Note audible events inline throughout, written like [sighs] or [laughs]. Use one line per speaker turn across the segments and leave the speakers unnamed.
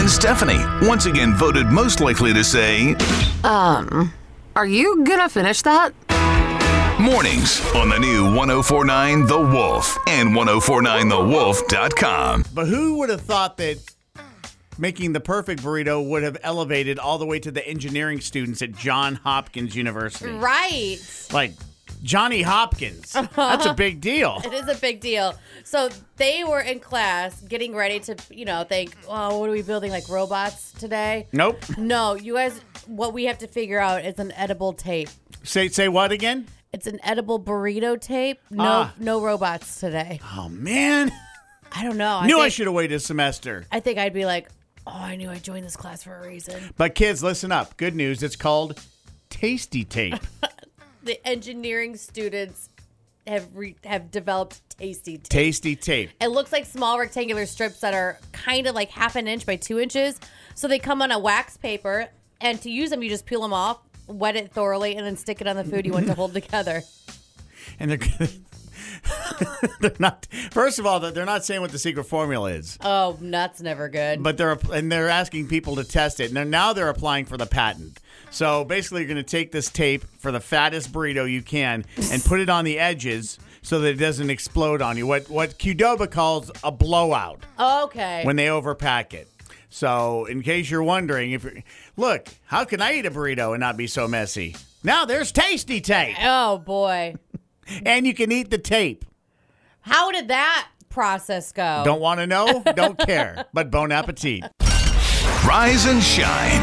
is Stephanie, once again voted most likely to say
Um, are you gonna finish that?
mornings on the new 1049 The Wolf and 1049TheWolf.com.
But who would have thought that making the perfect burrito would have elevated all the way to the engineering students at John Hopkins University?
Right.
Like Johnny Hopkins. That's a big deal.
It is a big deal. So they were in class getting ready to, you know, think, oh, what are we building, like robots today?
Nope.
No, you guys, what we have to figure out is an edible tape.
Say say what again?
It's an edible burrito tape. No,
Ah.
no robots today.
Oh man.
I don't know. I
Knew
think,
I should have waited a semester.
I think I'd be like, oh, I knew I joined this class for a reason.
But kids, listen up. Good news. It's called Tasty Tape.
The engineering students have re- have developed tasty tape.
Tasty Tape.
It looks like small rectangular strips that are kind of like half an inch by two inches. So they come on a wax paper, and to use them, you just peel them off, wet it thoroughly, and then stick it on the food you want to
[laughs]
hold together.
And they're gonna- [laughs] they're not First of all, they're not saying what the secret formula is.
Oh, nuts never good.
but they're and they're asking people to test it. And they're, now they're applying for the patent. So basically, you're going to take this tape for the fattest burrito you can and put it on the edges so that it doesn't explode on you. What what Qdoba calls a blowout
okay.
when they overpack it. So in case you're wondering, if you're, look, how can I eat a burrito and not be so messy? Now there's tasty tape,
oh, boy.
and you can eat the tape.
How did that process go?
Don't want to know? Don't care. But bon appetit.
Rise and shine.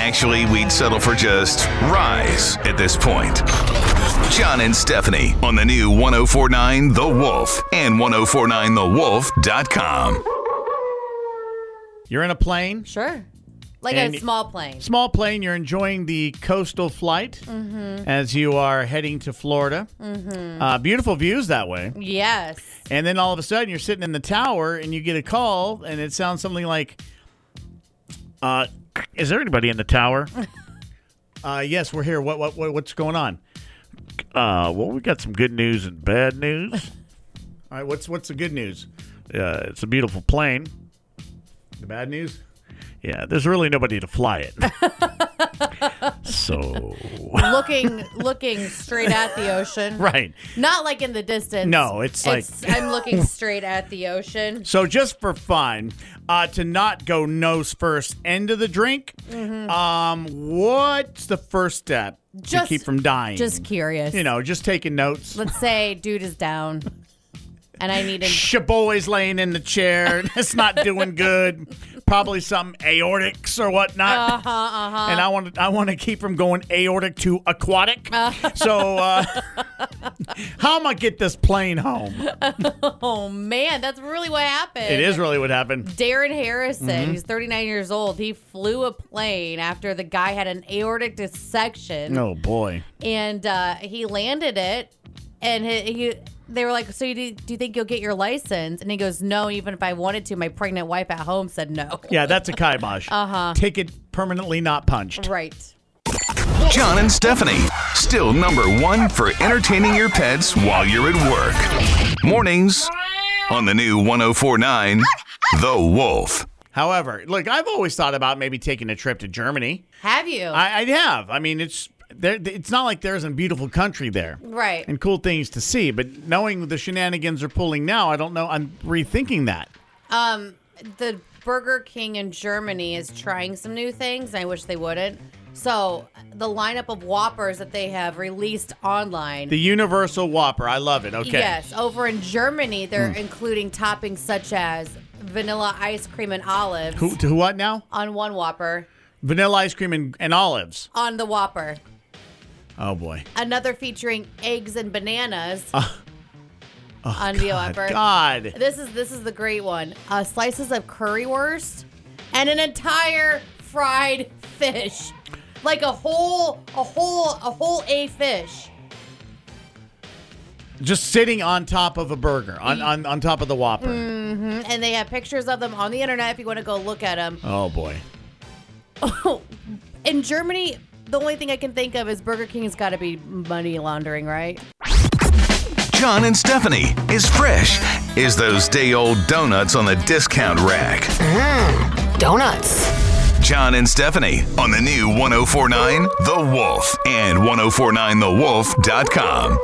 Actually, we'd settle for just rise at this point. John and Stephanie on the new 1049 The Wolf and 1049TheWolf.com.
You're in a plane.
Sure. Like
And-
a small plane.
small plane. You're enjoying the coastal flight as you are heading to Florida. Uh, beautiful views that way.
Yes.
And then all of a sudden, you're sitting in the tower and you get a call, and it sounds something like, uh, "Is there anybody in
[laughs]
the tower?" uh, yes, we're here. What, what what what's going on?
Uh, well, we got some good news and bad news.
[laughs] All right, what's what's the good news?
Uh, it's a beautiful plane.
The bad news?
Yeah, there's really nobody to fly it. [laughs]
[laughs]
so,
looking looking straight at the ocean.
Right.
Not like in the distance.
No, it's like- [laughs]
I'm looking straight at the ocean.
So just for fun, uh, to not go nose first into the drink, um, what's the first step to
Mm-hmm. Just-
keep from dying?
Just curious.
you know, just taking notes.
Let's say dude is down, and I need
[laughs]
him.
Shaboy's laying in the
[laughs]
chair. It's not doing good. Probably some aortics or whatnot.
Uh huh. Uh huh.
And I want to, I want to keep from going aortic to aquatic.
Uh-huh.
So, uh, [laughs] how am I get this plane home?
[laughs] Oh man, that's really what happened.
It is Mm-hmm. really what happened.
Darren Harrison, he's 39 years old. He flew a plane after the guy had an aortic dissection.
Oh boy.
and uh, he landed it and he, he they were like so you, do do you think you'll get your license and he goes no even if i wanted to my pregnant wife at home said no
Yeah, that's a
[laughs]
kibosh. Uh
Uh-huh.
huh. Take it permanently not punched.
right
John and Stephanie, still number one for entertaining your pets while you're at work. Mornings on the new 1049 The Wolf.
Mm-hmm.
However, look, I've always thought about maybe taking a trip to Germany.
have you
I, I have. I mean, it's there. It's not like there's a beautiful country there,
Right.
And cool things to see. But knowing the shenanigans are pulling now, I don't know. I'm rethinking that.
um the burger king in germany is trying some new things i wish they wouldn't so the lineup of whoppers that they have released online
The Universal Whopper, I love it. Okay,
Yes, over in Germany,
Hmm.
they're including toppings such as vanilla ice cream and olives
Who to what now?
on one Whopper,
Vanilla ice cream and, and olives.
on the Whopper.
Oh boy.
another featuring eggs and bananas on the offer.
Uh, oh, [laughs] God.
This is this is the great one. Uh, slices of currywurst and an entire fried fish, like a whole a whole a whole a fish.
Just sitting on top of a burger, on
Mm.
on, on top of the Whopper.
And they have pictures of them on the internet if you want to go look at them.
Oh boy.
In Germany, the only thing I can think of is Burger King's got to be money laundering, right?
John and Stephanie is fresh is those day old donuts on the discount rack.
donuts.
John and Stephanie on the new 1049 The Wolf and 1049TheWolf.com.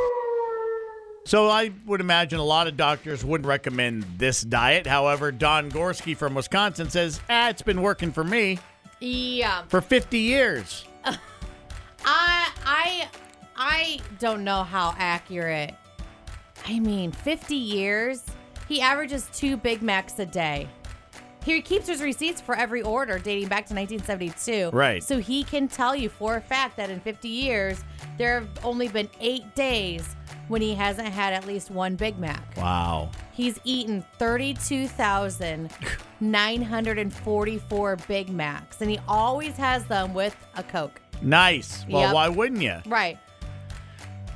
So I would imagine a lot of doctors would recommend this diet. However, Don Gorski from Wisconsin says, ah, it's been working for me
Yeah.
for 50 years.
I I I don't know how accurate. I mean, 50 years. He averages two Big Macs a day. He keeps his receipts for every order dating back to 1972.
Right.
So he can tell you for a fact that in 50 years, there have only been eight days when he hasn't had at least one Big Mac.
Wow.
He's eaten 32,944 Big Macs, and he always has them with a Coke.
Nice. Well,
Yep.
why wouldn't you?
Right.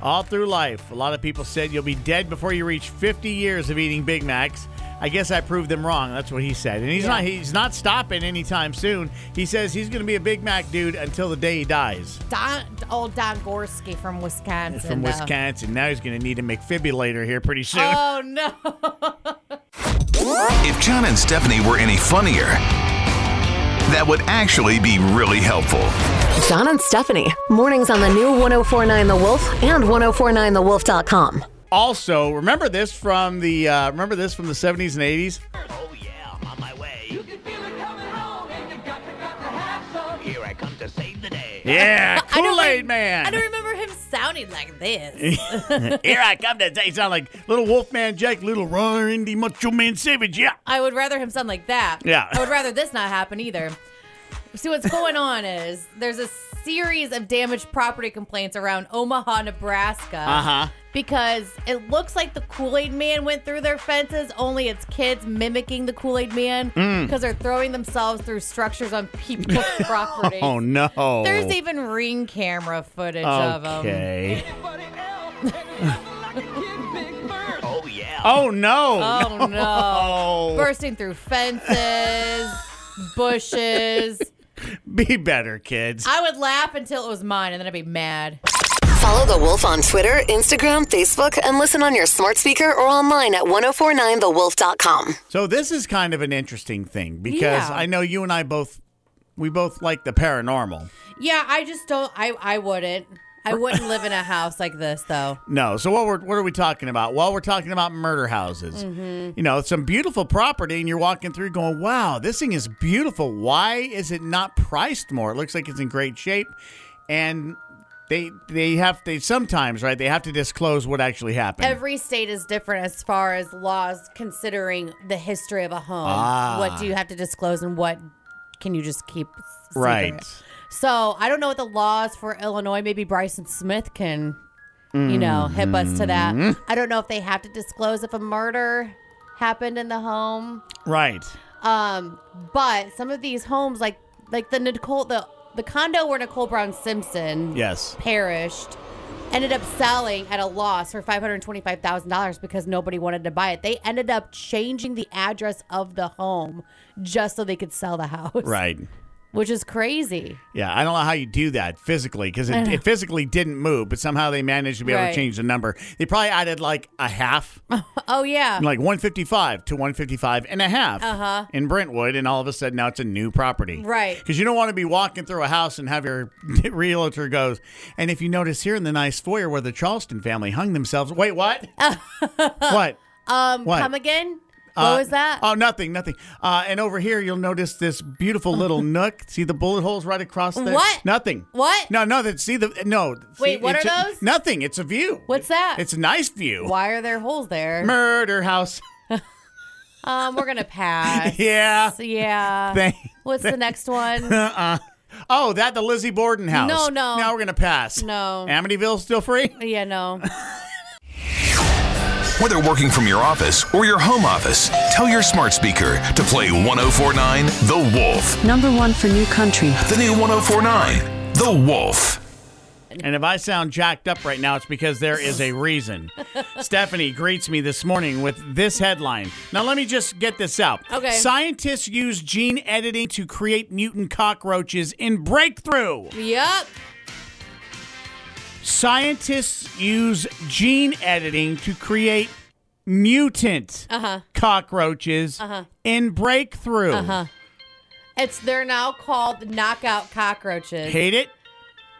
All through life, a lot of people said you'll be dead before you reach 50 years of eating Big Macs. I guess I proved them wrong. That's what he said. And he's
Yeah.
not he's not stopping anytime soon. He says he's going to be a Big Mac dude until the day he dies.
Don, old Don Gorski from Wisconsin.
From
though.
Wisconsin. Now he's going to need a McFibulator here pretty soon.
Oh no!
If John and Stephanie were any funnier, that would actually be really helpful.
John and Stephanie. Mornings on the new 1049 The Wolf and 1049TheWolf.com.
Also, remember this from the uh, remember this from the 70s and 80s?
Oh yeah, I'm on my way. You can feel it coming on, and you got to, got to have some. Here I come to save the day.
[laughs] [laughs] Yeah,
I don't
Kool-Aid
rem-
Man.
I don't remember him sounding like this.
[laughs] Here I come to you sound like little Wolfman Jack, little Randy Macho Man Savage. Yeah.
I would rather him sound like that.
Yeah.
I would rather this not happen either. See what's
[laughs]
going on is there's a series of damaged property complaints around Omaha, Nebraska.
Uh-huh.
Because it looks like the Kool Aid Man went through their fences, only it's kids mimicking the Kool Aid Man
Mm.
because they're throwing themselves through structures on
[laughs]
people's property.
Oh no.
There's even ring camera footage
um.
of them.
Okay.
Anybody else? And nothing like a kid, big bird. Oh yeah.
[laughs] Oh [laughs] no.
Oh no.
Oh.
Bursting through fences, bushes.
Be better, kids.
I would laugh until it was mine and then I'd be mad.
Follow The Wolf on Twitter, Instagram, Facebook, and listen on your smart speaker or online at 1049TheWolf.com.
So this is kind of an interesting thing because
Yeah.
I know you and I both we both like the paranormal.
Yeah, I just don't I I wouldn't. I wouldn't live in a house like this though.
No. So what we're what are we talking about? Well, we're talking about murder houses.
Mm-hmm.
You know, some beautiful property, and you're walking through, going, "Wow, this thing is beautiful. Why is it not priced more? It looks like it's in great shape." And they they have they sometimes right they have to disclose what actually happened.
Every state is different as far as laws considering the history of a home.
Ah.
What do you have to disclose and what can you just keep s- secret?
right.
So I don't know what the laws for Illinois. Maybe Bryson Smith can, you know, hip us to that. I don't know if they have to disclose if a murder happened in the home.
Right.
Um, but some of these homes, like like the Nicole the the condo where Nicole Brown Simpson
Yes.
perished, ended up selling at a loss for five hundred twenty five thousand dollars because nobody wanted to buy it. They ended up changing the address of the home just so they could sell the house,
Right.
Which is crazy.
Yeah, I don't know how you do that physically because it,
[sighs]
it physically didn't move, but somehow they managed to be able
Right.
to change the number. They probably added like a half,
Oh yeah.
like 155 to 155 and a half uh-huh. in Brentwood, and all of a sudden now it's a new property.
Right.
Because you don't want to be walking through a house and have your [laughs] realtor goes, and if you notice here in the nice foyer where the Charleston family hung themselves, wait,
[laughs]
what? what?
Um,
What?
come again?
Uh,
what was that?
Oh, nothing, nothing. Uh, and over here, you'll notice this beautiful
[laughs]
little nook. See the bullet holes right across there?
What?
Nothing.
What?
No, nothing. See the no.
Wait,
See,
what
it's
are
a-
those?
nothing. It's a view.
What's that?
It's a nice view.
Why are there holes there?
Murder house.
um,
[laughs]
we're gonna pass.
yeah.
yeah.
Thank-
What's the next one?
[laughs] Oh, that the Lizzie Borden house.
No, no.
Now we're gonna pass.
No.
Amityville's still
[laughs]
free.
Yeah, no.
Whether working from your office or your home office, tell your smart speaker to play 1049 The Wolf.
Number one for new country.
The new 1049 The Wolf.
And if I sound jacked up right now, it's because there is a
[laughs]
reason. Stephanie greets me this morning with this headline. Now, let me just get this out.
Okay.
Scientists use gene editing to create mutant cockroaches in Breakthrough.
Yep.
Scientists use gene editing to create
Uh-huh. Uh-huh.
mutant cockroaches in Breakthrough.
It's they're now called knockout cockroaches,
Hate it?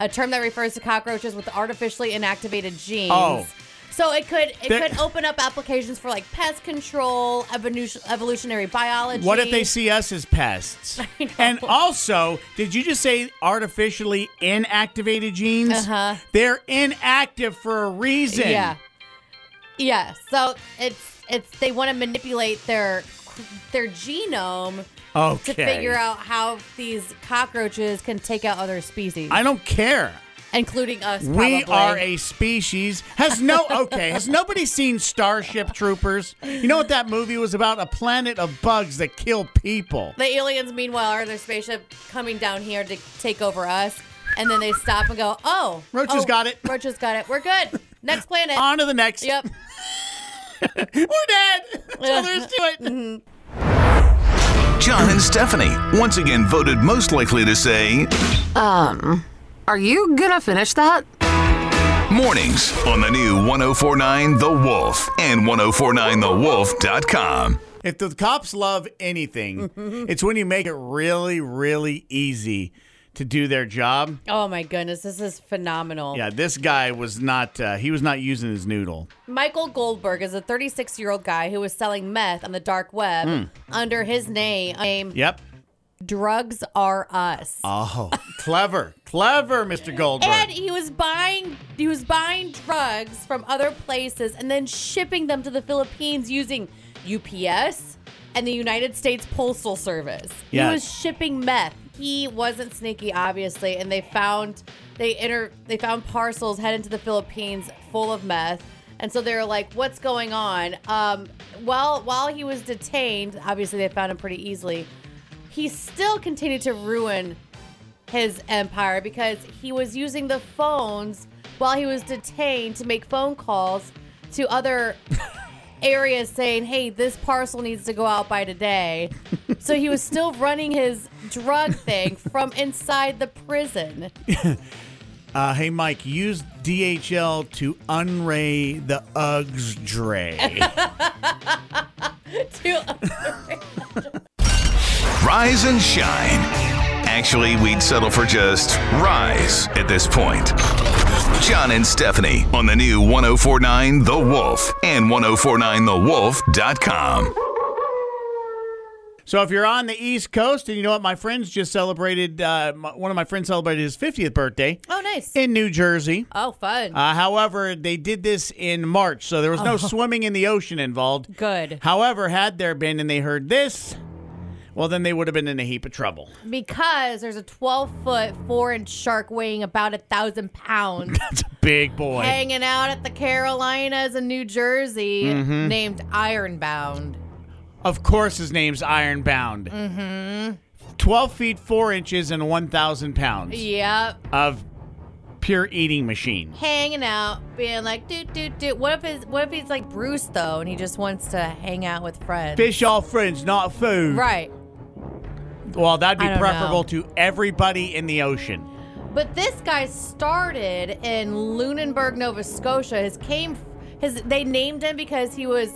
a term that refers to cockroaches with artificially inactivated genes.
Oh.
So it could it
They're-
could open up applications for like pest control, evolution, evolutionary biology.
What if they see us as
[laughs]
pests?
know.
And also, did you just say artificially inactivated genes?
Uh-huh.
They're inactive for a reason.
Yeah. Yeah. So it's it's they want to manipulate their their genome
Okay.
to figure out how these cockroaches can take out other species,
I don't care.
including us.
We
probably.
are a species. Has no [laughs] okay. Has nobody seen Starship Troopers? You know what that movie was about? A planet of bugs that kill people.
the aliens. Meanwhile, are in their spaceship coming down here to take over us, and then they stop and go, "Oh,
Roaches
oh,
got it."
Roaches got it.
[laughs]
We're good. Next planet.
On to the next.
yep.
We're dead. [laughs] That's all
[laughs]
there is to it.
John and Stephanie, once again voted most likely to say
Um,
Are you gonna finish that?
mornings on the new 1049 The Wolf and 1049TheWolf.com.
If the cops love
[laughs]
anything, it's when you make it really, really easy to do their job.
Oh my goodness, this is phenomenal.
Yeah, this guy was not. Uh, he was not using his noodle.
Michael Goldberg is a 36 year old guy who was selling meth on the dark web
Hmm.
under his name, name
Yep.
Drugs Are Us.
Oh, clever, clever, Mr. Goldberg.
and he was buying he was buying drugs from other places and then shipping them to the Philippines using UPS and the United States Postal Service.
Yeah.
He was shipping meth. He wasn't sneaky, obviously, and they found they inter they found parcels headed to the Philippines full of meth. And so they were like, "What's going on?" Um, well, while he was detained, obviously they found him pretty easily. He still continued to ruin his empire because he was using the phones while he was detained to make phone calls to other areas saying, hey, this parcel needs to go out by today. so he was still running his drug thing from inside the prison.
uh, hey, Mike, use DHL to unray the Uggs
[laughs]
dray.
To-
Rise and shine. Actually, we'd settle for just rise at this point. John and Stephanie on the new 1049 The Wolf and 1049TheWolf.com.
so if you're on the East Coast, and you know what, my friends just celebrated. Uh, my, one of my friends celebrated his 50th birthday
oh, nice.
in New Jersey.
Oh, fun.
Uh, however, they did this in March, so there was no swimming in the ocean involved.
Oh. Good.
However, had there been, and they heard this, well, then they would have been in a heap of trouble.
Because there's a 12 foot, four inch shark weighing about a thousand pounds
That's a big boy.
hanging out at the Carolinas and New Jersey named Ironbound.
Of course, his name's Ironbound. Mm-hmm. 12 feet 4 inches and 1,000 pounds
Yep.
of pure eating machine.
hanging out, being like, "Doot doot doot." What if his, what if he's like Bruce though, and he just wants to hang out with friends?
Fish all friends, not food.
Right.
Well, that'd
I
be
don't
preferable
know.
to everybody in the ocean.
But this guy started in Lunenburg, Nova Scotia. His came his they named him because he was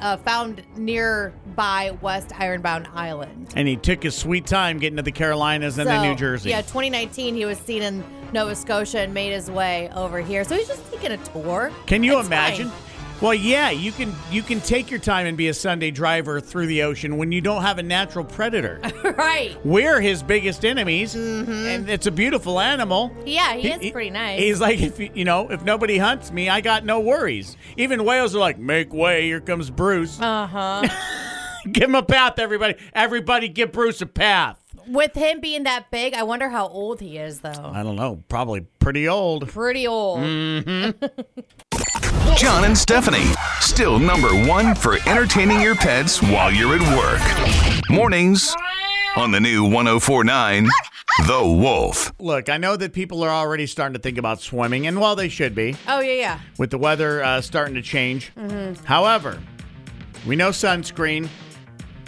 uh, found nearby West Ironbound Island.
And he took his sweet time getting to the Carolinas and
So,
then New Jersey.
Yeah, 2019 he was seen in Nova Scotia and made his way over here. So he's just taking a tour.
Can you
It's
imagine?
fine.
Well, yeah, you can you can take your time and be a Sunday driver through the ocean when you don't have a natural
[laughs]
predator.
[laughs] right.
We're his biggest enemies, and it's a beautiful animal.
Yeah, Mm-hmm. he is pretty nice.
He's like, if you you know, if nobody hunts me, I got no worries. Even whales are like, make way, here comes Bruce.
Uh huh.
[laughs] Give him a path, everybody. Everybody, give Bruce a path.
With him being that big, I wonder how old he is, though.
I don't know, probably pretty old.
Pretty old.
mm.
John and Stephanie, still number one for entertaining your pets while you're at work. Mornings on the new 1049 The Wolf.
Look, I know that people are already starting to think about swimming, and well, they should be
Oh yeah, yeah.
with the weather uh, starting to change. However, we know sunscreen.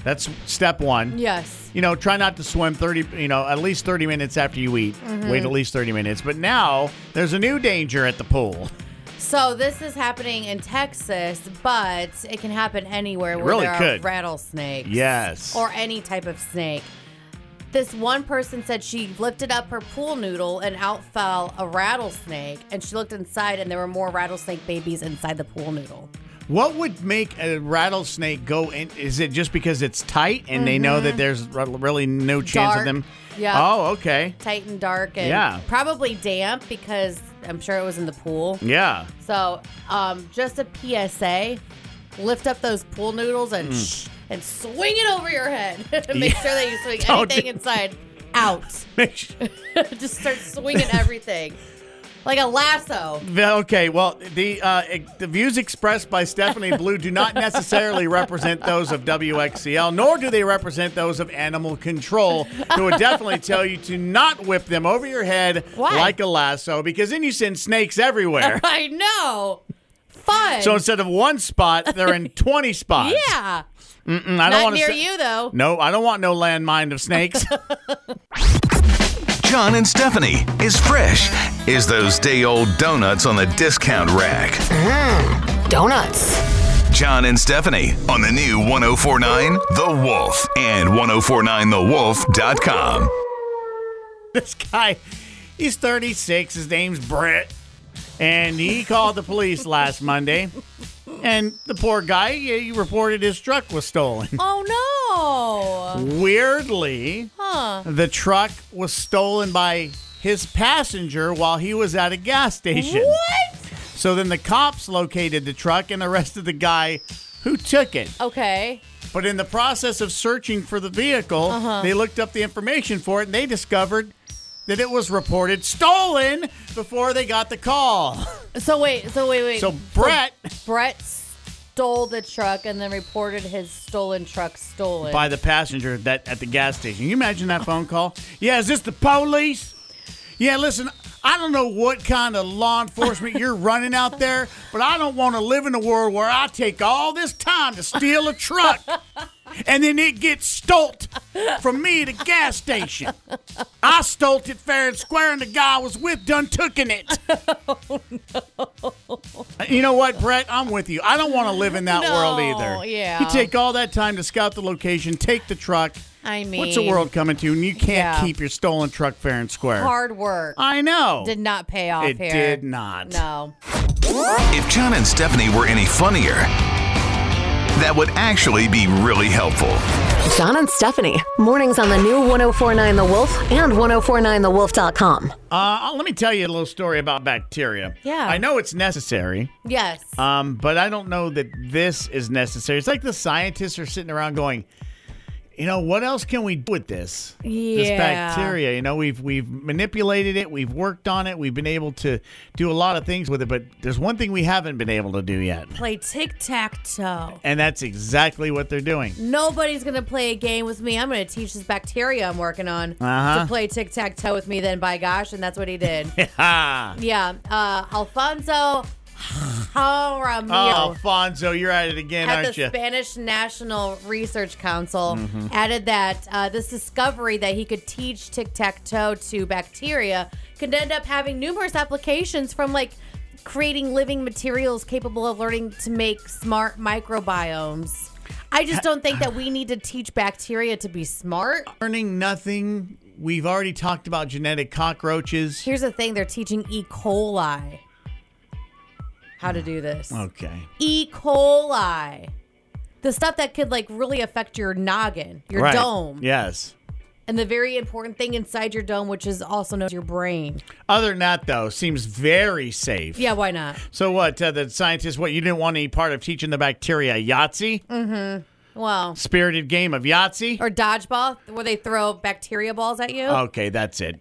That's step one.
Yes.
you know, try not to swim 30, you know, at least 30 minutes after you eat.
Mm-hmm.
Wait at least 30 minutes. But now there's a new danger at the pool. [laughs]
So this is happening in Texas, but it can happen anywhere where
really
there
could.
are rattlesnakes.
Yes.
Or any type of snake. This one person said she lifted up her pool noodle and out fell a rattlesnake. And she looked inside and there were more rattlesnake babies inside the pool noodle.
What would make a rattlesnake go in? Is it just because it's tight and they know that there's r- really no chance
Mm-hmm. Dark.
of them?
Yeah.
Oh, okay.
Tight and dark and
Yeah.
probably damp because I'm sure it was in the pool.
Yeah. [laughs]
So, um, just a PSA: lift up those pool noodles and
Mm.
shh, and swing it over your head. [laughs] Make sure that you swing
[laughs] Don't
anything
do-
inside out. [laughs]
Make sure-
just start
[laughs]
swinging everything like a lasso.
Mm. Okay, well, the uh, the views expressed by
[laughs]
Stephanie Blue do not necessarily represent those of WXCL, nor do they represent those of Animal Control, who would definitely tell you to not whip them over your head
Why?
like a lasso, because then you send snakes everywhere.
I know. Fun.
so instead of one spot, they're in twenty spots.
[laughs] yeah.
Mm, I don't Mm.
Not
want
near you though.
No, I don't want no landmine of
[laughs]
snakes.
John and Stephanie is fresh is those day old donuts on the discount rack.
Donuts.
John and Stephanie on the new 1049 The Wolf and 1049TheWolf.com.
[laughs] this guy, he's 36. His name's Brett. And he called the police last Monday. And the poor guy, he he reported his truck was
[laughs]
stolen.
Oh no.
Weirdly,
Huh.
the truck was stolen by his passenger while he was at a gas station.
What?
So then the cops located the truck and arrested the guy who took it.
Okay.
But in the process of searching for the vehicle, they looked up the information for it and they discovered that it was reported stolen before they got the call.
So wait. So wait. Wait.
So Brett,
Brett stole the truck and then reported his stolen truck stolen.
by the passenger that at the gas station, you imagine that phone call? Yeah, is this the police? Yeah, listen, I don't know what kind of law enforcement you're running out there, but I don't want to live in a world where I take all this time to steal a truck and then it gets stolt from me at a gas station. I stolt it fair and square, and the guy I was with done tooking
[laughs]
it.
Oh,
You know what, Brett? I'm with you. I don't want to live in that
No,
world either.
yeah.
You take all that time to scout the location, take the truck.
I mean,
What's the world coming to? And you can't
Yeah.
keep your stolen truck fair and square.
Hard work
I know.
did not pay off
It
here.
did not.
No.
If John and Stephanie were any funnier, that would actually be really helpful.
John and Stephanie. Mornings on the new 1049 The Wolf and 1049TheWolf.com.
Uh, let me tell you a little story about bacteria.
Yeah.
I know it's necessary,
Yes.
um, but I don't know that this is necessary. It's like the scientists are sitting around going, you know, what else can we do with this? This
Yeah.
bacteria. You know, we've we've manipulated it, we've worked on it, we've been able to do a lot of things with it, but there's one thing we haven't been able to do yet.
play tic tac toe.
And that's exactly what they're doing.
[laughs]
[laughs]
Nobody's gonna play a game with me. I'm gonna teach this bacteria I'm working on
Uh-huh.
to play tic tac toe with me. Then, by gosh, and that's what he did.
[laughs] Ah.
yeah. Uh, Alfonso [sighs]
Oh,
Jaramillo
Alfonso, you're at it again,
at
aren't
the
you?
Spanish National Research Council added that uh, this discovery that he could teach tic tac toe to bacteria could end up having numerous applications from like creating living materials capable of learning to make smart microbiomes. I just don't think that we need to teach bacteria to be smart.
Learning nothing. We've already talked about genetic cockroaches.
Here's the thing they're teaching E. coli how to do this.
Okay.
E. coli. The stuff that could like really affect your noggin, your
Right.
dome,
Yes.
and the very important thing inside your dome, which is also known as your brain.
Other than that, though, seems very safe.
Yeah, why not?
So what? Uh, the scientists, what you didn't want any part of teaching the bacteria Yahtzee,
Well,
spirited game of Yahtzee. Oh,
or dodgeball, where they throw bacteria balls at you.
Okay, that's it.